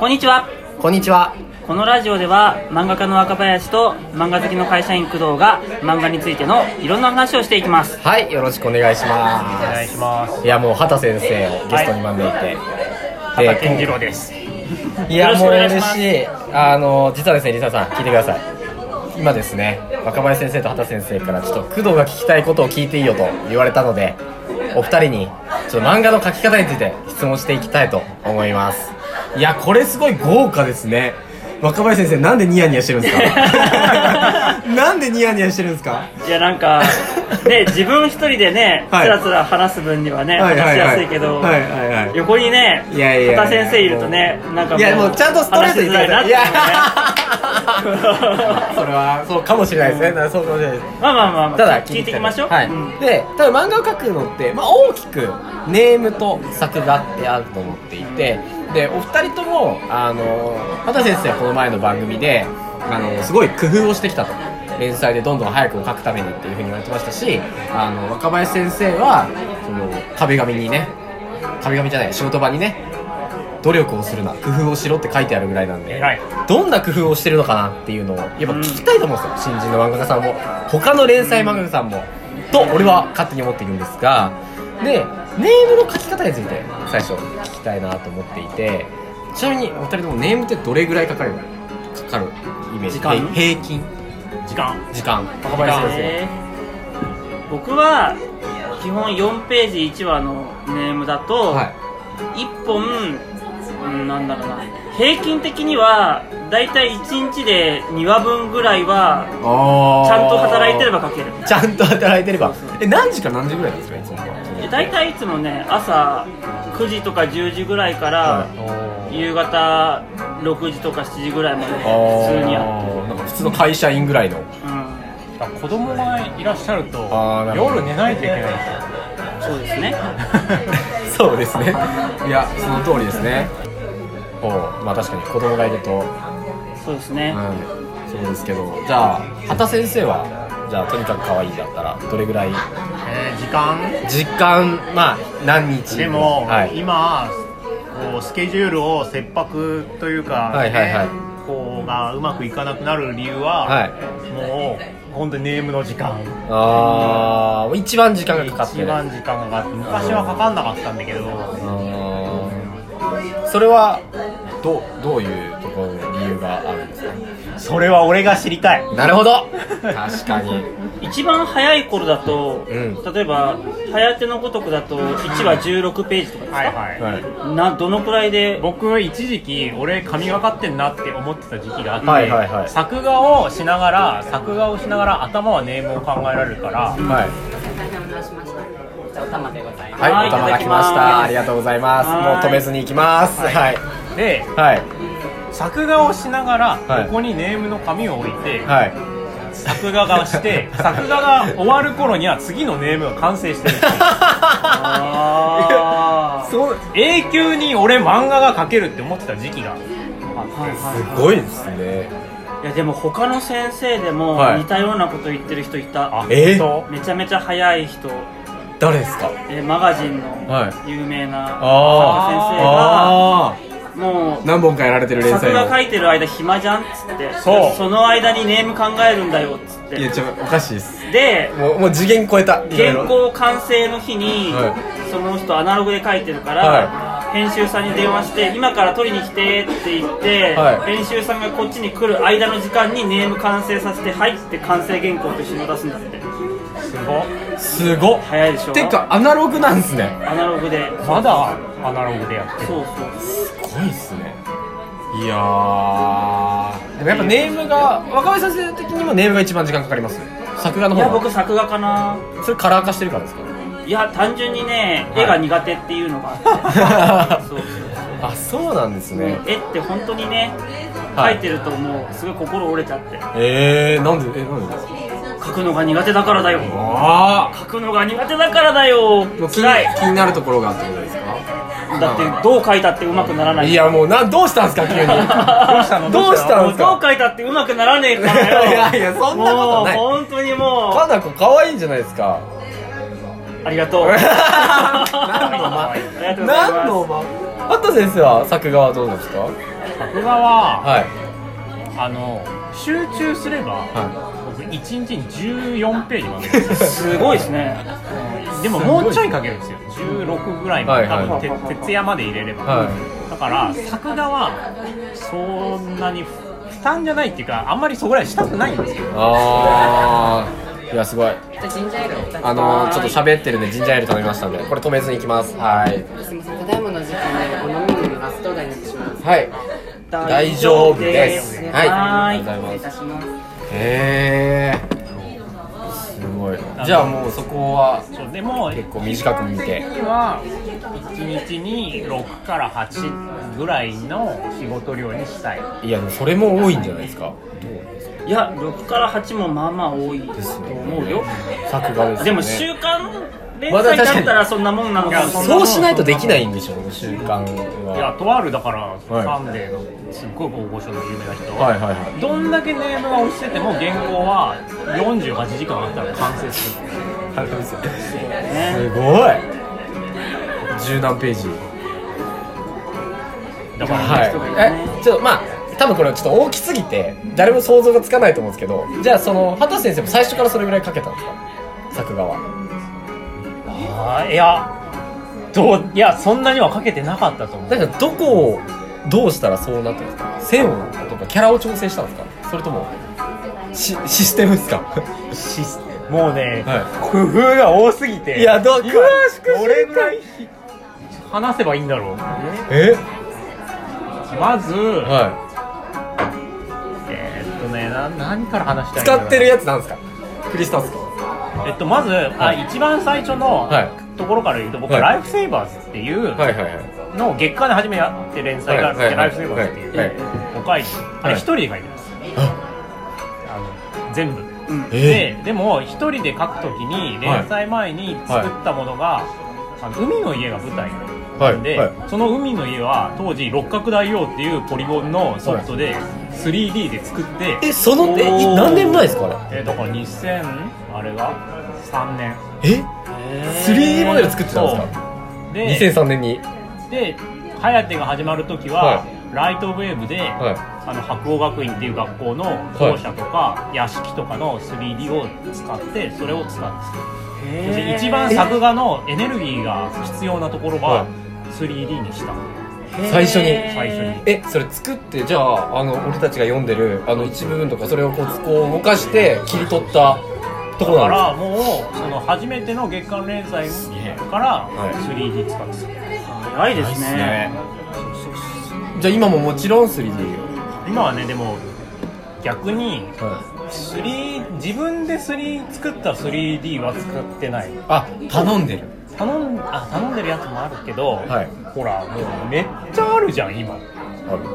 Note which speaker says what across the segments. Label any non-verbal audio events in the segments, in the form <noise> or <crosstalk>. Speaker 1: こんにちは
Speaker 2: こんにちは。
Speaker 1: このラジオでは漫画家の若林と漫画好きの会社員工藤が漫画についてのいろんな話をしていきます
Speaker 2: はい、よろしくお願いします。
Speaker 3: お願いします
Speaker 2: いや、もう畑先生をゲストに招いて。
Speaker 3: 畑健次郎です
Speaker 2: い
Speaker 1: よろ
Speaker 2: や、もう
Speaker 1: しくお願いし
Speaker 2: 嬉
Speaker 1: ます
Speaker 2: しい。あの、実はですね、リサさん、聞いてください。今ですね、若林先生と畑先生から、ちょっと工藤が聞きたいことを聞いていいよと言われたので。お二人に、ちょっと漫画の描き方について質問していきたいと思います。
Speaker 4: いやこれすごい豪華ですね若林先生なんでニヤニヤしてるん
Speaker 2: <laughs>
Speaker 4: ですかなんでニヤニヤしてるんですか
Speaker 1: いやなん <laughs> かね自分一人でねつ
Speaker 4: はい
Speaker 1: らつら話す分にはね
Speaker 4: はい
Speaker 1: 話
Speaker 4: は
Speaker 1: し
Speaker 4: いはい
Speaker 1: やすいけど
Speaker 4: はいはいはい
Speaker 1: 横にね
Speaker 4: いやいやいや
Speaker 1: 畑先生いるとねなんか
Speaker 4: いやもうちゃんとストレートに
Speaker 1: 話しづらいなって
Speaker 4: いや
Speaker 1: 思うね
Speaker 2: <laughs> それは、そうかもしれないですね。なそうかもしれないです。
Speaker 1: <laughs> まあまあまあまあ
Speaker 2: ただ
Speaker 1: 聞いていきましょう、
Speaker 2: はい
Speaker 1: うん
Speaker 2: でただ漫画を描くのって、まあ、大きくネームと作画ってあると思っていてでお二人ともあの畑先生はこの前の番組であのすごい工夫をしてきたと連載でどんどん早くを描くためにっていうふうに言われてましたしあの若林先生はその壁紙にね壁紙じゃない仕事場にね努力をするな工夫をしろって書いてあるぐらいなんで、
Speaker 3: 偉い
Speaker 2: どんな工夫をしてるのかなっていうのをやっぱ聞きたいと思うんですよ、新人の漫画家さんも他の連載漫画家さんも、と俺は勝手に思っているんですがでネームの書き方について最初聞きたいなと思っていてちなみにお二人ともネームってどれぐらいかかるかかるイメージ
Speaker 1: 時間
Speaker 2: へ平均
Speaker 1: 時間
Speaker 2: 時間若林先
Speaker 1: えー僕は基本4ページ1話のネームだ
Speaker 2: 生
Speaker 1: と、
Speaker 2: はい
Speaker 1: 1本、うん、なんだろうな平均的にはだいたい1日で2話分ぐらいは
Speaker 2: ち
Speaker 1: ち
Speaker 2: ゃ
Speaker 1: ゃんと働いてれば書ける
Speaker 2: ちゃんと働いてればえ何時から何時ぐらいなんですかいつも
Speaker 1: えだいたいいつもね朝9時とか10時ぐらいから夕方6時とか7時ぐらいまで普通にやってる、
Speaker 2: なんか普通の会社員ぐらいの
Speaker 1: うん、
Speaker 3: だから子供がいらっしゃると
Speaker 2: あーなるほど
Speaker 3: 夜寝ないといけないんですよ
Speaker 1: そうですね
Speaker 2: <laughs> そうですねいやその通りですねおまあ確かに子供がいると、うん、
Speaker 1: そうですね、
Speaker 2: そうですけどじゃあ畑先生はじゃあとにかく可愛いだったらどれぐらい
Speaker 5: えー時間
Speaker 2: 実感まあ何日
Speaker 5: でも、
Speaker 2: はい、
Speaker 5: 今こうスケジュールを切迫というか、
Speaker 2: はいはいはい
Speaker 5: こうがうまくいかなくなる理由は、
Speaker 2: はい、
Speaker 5: もう本当にネームの時間
Speaker 2: あー一番時間がかかって
Speaker 5: 一
Speaker 2: る
Speaker 5: 番時間がかかって昔はかかんなかったんだけど
Speaker 2: あーそれはどうどういうところの理由があるんです
Speaker 5: <laughs>
Speaker 2: か
Speaker 5: それは俺が知りたい
Speaker 2: なる
Speaker 5: <laughs>
Speaker 2: ほど確かに
Speaker 1: 一番早い頃だと、
Speaker 2: うん
Speaker 1: 例えば「早手のごとく」だと1話16ページとかですか、
Speaker 3: はいはい、
Speaker 2: はい
Speaker 1: などのくらいで
Speaker 3: 僕一時期俺神がかってんなって思ってた時期があって、
Speaker 2: はいはいはい
Speaker 3: 作画をしながら作画をしながら頭はネームを考えられるから
Speaker 2: はい
Speaker 1: は
Speaker 2: はいい、
Speaker 1: い
Speaker 2: お
Speaker 1: た
Speaker 2: 玉
Speaker 1: だ
Speaker 2: が
Speaker 1: き
Speaker 2: き
Speaker 1: ま
Speaker 2: ますした。ありがとうございます。もう
Speaker 1: はい
Speaker 2: 止めずに行きます。はい。
Speaker 3: で
Speaker 2: はい。
Speaker 3: 作画をしながら
Speaker 2: はい
Speaker 3: ここにネームの紙を置いて、
Speaker 2: はい。
Speaker 3: 作画がして
Speaker 2: <laughs>
Speaker 3: 作画が終わる頃には次のネームが完成してる
Speaker 2: <laughs>
Speaker 1: あ
Speaker 3: すごい永久に俺漫画が描けるって思ってた時期が
Speaker 2: すごいですね。
Speaker 1: いやでも他の先生でも
Speaker 2: はい
Speaker 1: 似たようなこと言ってる人いた、
Speaker 3: あ
Speaker 2: えー
Speaker 3: 本
Speaker 1: めちゃめちゃ早い人
Speaker 2: 誰ですか。
Speaker 1: えマガジン
Speaker 2: は
Speaker 1: の有名な
Speaker 2: あ
Speaker 4: ああ
Speaker 1: 先生がもう
Speaker 4: 何本かやられてる連
Speaker 1: 作
Speaker 4: 載
Speaker 1: 画
Speaker 4: を
Speaker 1: 書いてる間暇じゃんっつって
Speaker 3: そう
Speaker 1: の間にネーム考えるんだよっつっ
Speaker 4: いや
Speaker 1: て
Speaker 4: ちょおかしいです
Speaker 1: で
Speaker 2: もうもう次元超えた。いろいろ
Speaker 1: 原稿完成の日に、
Speaker 2: は
Speaker 1: その人アナログで書いてるから、編集さんに電話して今から取りに来てって言って、
Speaker 2: はい
Speaker 1: 編集さんがこっちに来る間の時間にネーム完成させて入って完成原稿と一緒に出すんだって
Speaker 2: すごっ。
Speaker 1: 早いでしょ
Speaker 4: てかアナログなんですね
Speaker 1: アナログで
Speaker 3: まだアナログでやってる
Speaker 1: そうそう
Speaker 2: すごいですね。
Speaker 4: いやー
Speaker 2: でもやっぱネームが若林先生の時にもネームが一番時間かかります。作画の
Speaker 1: いや
Speaker 2: 方が。
Speaker 1: 僕作画かな
Speaker 2: それカラー化してるからですか。
Speaker 1: いや単純にね、
Speaker 2: はい
Speaker 1: 絵が苦手っていうのがあっ
Speaker 2: <laughs>
Speaker 1: てそうそう
Speaker 2: あ、そうなんですね。
Speaker 1: 絵って本当にね書
Speaker 2: はい
Speaker 1: いてるともうすごい心折れちゃって
Speaker 2: えー、なんでえなんでですか。
Speaker 1: 書くのが苦手だからだよ
Speaker 2: あ
Speaker 1: 書くのが苦手だからだ
Speaker 4: も
Speaker 1: よ
Speaker 4: う気に
Speaker 1: 辛い
Speaker 4: 気になるところがあってことですか
Speaker 1: だってどう書いたってうまくならない <laughs>
Speaker 2: いやもうなんどうしたんですか急に。どうした
Speaker 3: の
Speaker 2: どうしたん
Speaker 1: も
Speaker 2: で
Speaker 1: う
Speaker 2: す
Speaker 1: どう
Speaker 2: か。
Speaker 1: 書いたってうまくならねえからよ
Speaker 2: いやいやそんなことない
Speaker 1: もう本当にも
Speaker 2: かなこ可愛いんじゃないですか。
Speaker 1: うありがとう <laughs>
Speaker 2: 何の間
Speaker 1: ありがとうございます
Speaker 2: 何の間畑先生は作画はどうですか
Speaker 3: 作画は
Speaker 2: はい
Speaker 3: あの集中すれば、僕1日に14ページまで書け
Speaker 2: <laughs>
Speaker 3: ます
Speaker 1: すごいですね
Speaker 3: でももうちょい書けるんですよ16ぐらいまで、
Speaker 2: はいはい
Speaker 3: 多分て徹夜まで入れれば、
Speaker 2: は
Speaker 3: だから作画はそんなに負担じゃないっていうかあんまりそこらいしたくないんですよ
Speaker 2: あーいやすごい
Speaker 6: ジンジャーエールを二つ
Speaker 2: あのー、ちょっと喋ってるんでジンジャーエール頼みましたんでこれ止めずにいきますはい
Speaker 6: すみません、ただいまの時間でお飲み物がストーダになってしまいます。
Speaker 2: はい大丈夫です
Speaker 6: はい
Speaker 2: あ
Speaker 1: は
Speaker 2: りがとうござい
Speaker 6: 失礼い
Speaker 2: ます
Speaker 6: たします。
Speaker 2: へえすごいじゃあもうそこは
Speaker 3: そうでも
Speaker 2: 結構短く見て
Speaker 3: には1日に6から8ぐらいの仕事量にしたい
Speaker 2: いやでもそれも多いんじゃないですか
Speaker 1: いいや6から8もまあまあ多いと思うよ
Speaker 2: 作画ですよね
Speaker 1: でも週刊連載だったらそんなもんなのか
Speaker 3: まあ確かに
Speaker 2: そうしないとできないんでしょうね習慣
Speaker 3: いや
Speaker 2: は
Speaker 3: とあるだから
Speaker 2: はい
Speaker 3: サンデーのすっごい大御所の有名な人
Speaker 2: はいはいは
Speaker 3: どんだけネームが押してても原稿は48時間あったら完成する
Speaker 2: すごい十何ページ
Speaker 3: だから、
Speaker 2: はい、えちょっとまあ多分これちょっと大きすぎて誰も想像がつかないと思うんですけどじゃあその畑先生も最初からそれぐらいかけたんですか作画は
Speaker 3: あーいやどういやそんなにはかけてなかったと思う
Speaker 2: なんかどこをどうしたらそうなったんですか線をとかキャラを調整したんですかそれともシシステムですか
Speaker 3: シスもうね、
Speaker 2: は
Speaker 3: 工夫が多すぎて
Speaker 2: いやど詳しく
Speaker 3: どれぐらい話せばいいんだろう
Speaker 2: え
Speaker 3: まず、
Speaker 2: は
Speaker 3: えーっとねな何から話し
Speaker 2: い
Speaker 3: たいんだ
Speaker 2: 使
Speaker 3: ろう
Speaker 2: ってるやつなんですかクリスタスか
Speaker 3: えっとまず、あ一番最初の
Speaker 2: はい
Speaker 3: ところから言うと僕
Speaker 2: は
Speaker 3: はいライフセイバーズっていう
Speaker 2: はいはいはい
Speaker 3: のを月間で初めやって連載があって、
Speaker 2: はいはいはい
Speaker 3: ライフセイバーズっていう、
Speaker 2: はい
Speaker 3: おかいあれ
Speaker 2: はい
Speaker 3: 一人で書いてます、あの全部
Speaker 2: え
Speaker 3: ででも一人で書くときに連載前に作ったものが、あの海の家が舞台なんで、
Speaker 2: はい
Speaker 3: その海の家は当時六角大王っていうポリゴンのソフトで 3D で作って、
Speaker 2: えそのえい何年前ですかあ
Speaker 3: えーだから2000あれが3年
Speaker 2: れえ 3D モデル作ってたんですか
Speaker 3: そうで
Speaker 2: 2003年に
Speaker 3: で「颯」が始まる時は、
Speaker 2: は
Speaker 3: ライトウェーブで、
Speaker 2: は
Speaker 3: あの白鴎学院っていう学校の校舎とか、屋敷とかの 3D を使ってそれを使ってで一番作画のエネルギーが必要なところ
Speaker 2: は
Speaker 3: はい 3D にした
Speaker 2: い最初に
Speaker 3: 最初に
Speaker 2: えそれ作ってじゃああの俺たちが読んでるあの一部分とかそれをこうこう動かして切り取ったとこ
Speaker 3: だ
Speaker 2: ろ
Speaker 3: か
Speaker 2: なん
Speaker 3: らもうその初めての月間連載から 3D 使ってた
Speaker 1: 早いです
Speaker 2: です
Speaker 1: ね
Speaker 2: ねじゃあ今ももちろん 3D を、
Speaker 3: 今はねでも逆に
Speaker 2: は
Speaker 3: 3自分で3作った 3D は使ってない
Speaker 2: あ頼んでる
Speaker 3: 頼んあ頼んでるやつもあるけど、
Speaker 2: はい
Speaker 3: ほらもうめっちゃあるじゃん今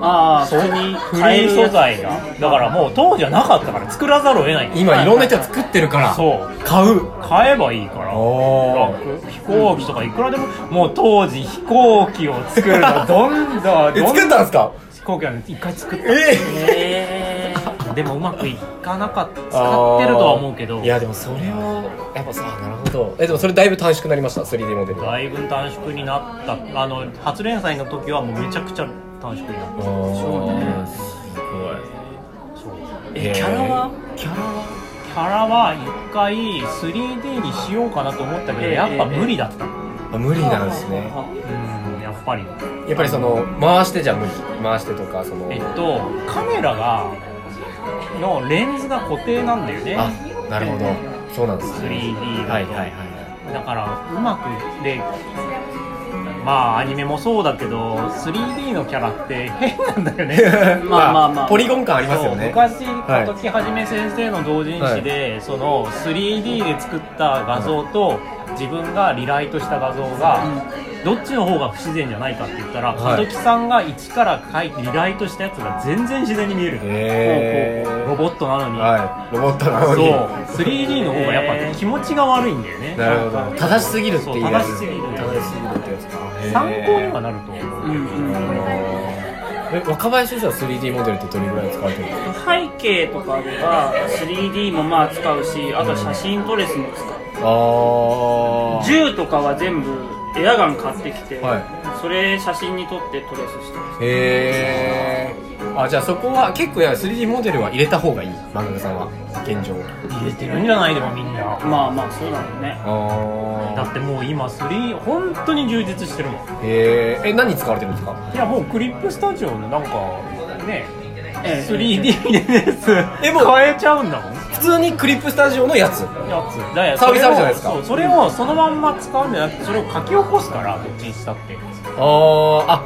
Speaker 1: ああ普通に
Speaker 3: フリ
Speaker 1: 買え
Speaker 3: ー
Speaker 1: る
Speaker 3: 素材がだからもう当時はなかったから作らざるを得ない
Speaker 2: 今いろんな人作ってるから
Speaker 3: そう
Speaker 2: 買う
Speaker 3: 買えばいいから
Speaker 2: おー
Speaker 3: 楽飛行機とかいくらでももう当時飛行機を作るのどんどん
Speaker 2: え
Speaker 3: どん
Speaker 2: 作ったんですか
Speaker 3: 飛行機はね一回作った
Speaker 2: え
Speaker 1: へー
Speaker 3: でもうまくいかなかった使ってるとは思うけど
Speaker 2: いやでもそれをやっぱさなるほどえでもそれだいぶ短縮になりました 3D モデルは
Speaker 3: だいぶ短縮になったあの初連載の時はもうめちゃくちゃ短縮になっ
Speaker 2: あ
Speaker 3: た
Speaker 2: そうねすごい
Speaker 1: えキャラは
Speaker 3: キャラは一回 3D にしようかなと思ったけど
Speaker 1: ええ
Speaker 3: やっぱ無理だった、
Speaker 2: あ無理なんですね
Speaker 3: うんやっぱり
Speaker 2: やっぱりその回してじゃ無理回してとかその
Speaker 3: えっとカメラがのレンズが固定なんだよね
Speaker 2: あなるほどそうなんですね
Speaker 3: 3D だと、
Speaker 2: はいはいは
Speaker 3: だからうまくでまあアニメもそうだけど 3D のキャラって変なんだよ <laughs> ね
Speaker 2: い
Speaker 1: まあまあまあ
Speaker 2: ポリゴン感ありますよ
Speaker 3: そう
Speaker 2: ね
Speaker 3: 昔片木はじめ先生の同人誌で、その 3D で作った画像と自分がリライトした画像がどっちの方が不自然じゃないかって言ったら、
Speaker 2: はい
Speaker 3: 片木さんが一から描いてリライトしたやつが全然自然に見える、
Speaker 2: へー
Speaker 3: ロボットなのに、
Speaker 2: はいロボットなの
Speaker 3: そう
Speaker 2: に <laughs>
Speaker 3: 3D の方がやっぱ気持ちが悪いんだよね
Speaker 2: なるほど正しすぎるって
Speaker 3: そう
Speaker 2: 言いや
Speaker 3: 正
Speaker 2: つ
Speaker 3: しすぎる
Speaker 2: 正しすぎるってやつかへー
Speaker 3: 参考にはなると思う
Speaker 1: うんうん
Speaker 2: え若林先生は 3D モデルってどれぐらい使われてるんですか
Speaker 1: 背景とかでは 3D もまあ使うしあと写真トレスも使う
Speaker 2: あ
Speaker 1: 銃とかは全部エアガン買ってきて、
Speaker 2: はい
Speaker 1: それ写真に撮ってトレースしてます
Speaker 2: へえあじゃあそこは結構いや 3D モデルは入れた方がいい漫画家さんは現状
Speaker 3: 入れてるんじゃないでもみんな
Speaker 1: まあまあそうだろうね
Speaker 2: あ
Speaker 3: だってもう今3本当に充実してるもん
Speaker 2: あへええ何に使われてるんですか
Speaker 3: いやもうクリップスタジオのなんかね
Speaker 1: ええ
Speaker 3: 3D です
Speaker 2: えもう
Speaker 3: 変えちゃうんだもん
Speaker 2: 普通にクリップスタジオのやつ
Speaker 3: やつだから
Speaker 2: サービスあるじゃ
Speaker 3: それ
Speaker 2: ない
Speaker 3: を
Speaker 2: ですか
Speaker 3: そうそれをそのまんま使うんじゃなくてそれを書き起こすからどっちにしたって
Speaker 2: あーあ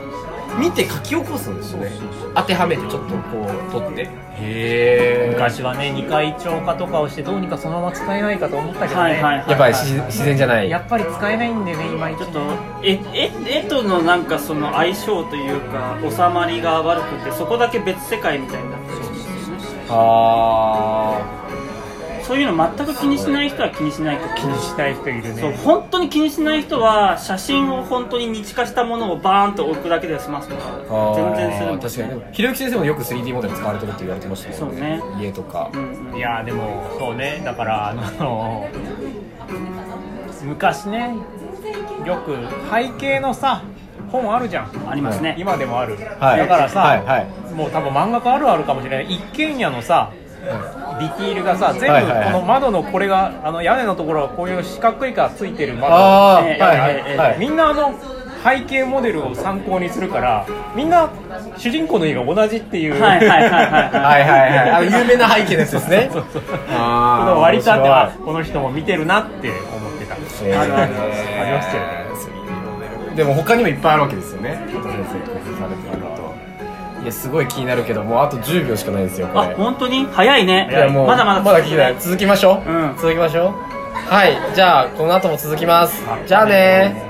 Speaker 2: 見て書き起こすんですね当てはめてちょっとこう取ってへえ
Speaker 3: 昔はね2回超過とかをしてどうにかそのまま使えないかと思ったけど
Speaker 1: はい
Speaker 3: ね、
Speaker 1: はいはい
Speaker 2: やっぱり自自然じゃない
Speaker 3: やっぱり使えないんでね今
Speaker 1: ち
Speaker 3: ち
Speaker 1: ょ
Speaker 3: ょ
Speaker 1: っと
Speaker 3: っと
Speaker 1: 絵絵絵とのなんかその相性というか収まりが悪くてそこだけ別世界みたいになってる
Speaker 2: あ
Speaker 1: そういうの全く気にしない人は気にしないと
Speaker 3: 気にしたい人いる
Speaker 1: そう
Speaker 3: ね
Speaker 1: 本当に気にしない人は写真を本当に日化したものをバーンと置くだけで済ますもん
Speaker 2: ーあー
Speaker 1: 全然するもん
Speaker 2: 確かにでもひろゆき先生もよく 3D モデル使われてるって言われてましたもんね
Speaker 1: そう
Speaker 2: 家とか
Speaker 1: うんうん
Speaker 3: いやーでもそうねだからあの昔ねよく背景のさ本あるじゃん
Speaker 1: ありますね
Speaker 3: 今でもある、
Speaker 2: はい
Speaker 3: だからさ、
Speaker 2: はいはい
Speaker 3: もう多分漫画家あるあるかもしれない一軒家のさディティールがさ全
Speaker 2: はい
Speaker 3: 部
Speaker 2: はいはい
Speaker 3: この窓のこれがあの屋根のところはこういう四角いがついてる窓
Speaker 2: ああ
Speaker 1: ええ
Speaker 2: はいは
Speaker 1: ええええ
Speaker 2: いはい
Speaker 3: みんなあの背景モデルを参考にするからみんな主人公の家が同じっていう、
Speaker 1: はいはいはいはい
Speaker 2: はい
Speaker 3: <laughs>
Speaker 2: はいはいあの有名な背景のやつですね
Speaker 3: そうそう
Speaker 2: あー
Speaker 3: 割り当ては
Speaker 2: 面
Speaker 3: この人も見てるなって思ってた
Speaker 2: 白い
Speaker 1: あるある
Speaker 2: えー
Speaker 3: ありましたよね
Speaker 2: 3D モデルでも他にもいっぱいあるわけですよね先生解説されてるといやすごい気になるけどもうあと10秒しかないですよこ
Speaker 1: あ
Speaker 2: れ
Speaker 1: 本当に早いね
Speaker 2: いやもう
Speaker 1: まだまだ
Speaker 2: まだ聞きたい続きましょう、
Speaker 1: うん
Speaker 2: 続きましょうはいじゃあこの後も続きますじゃあね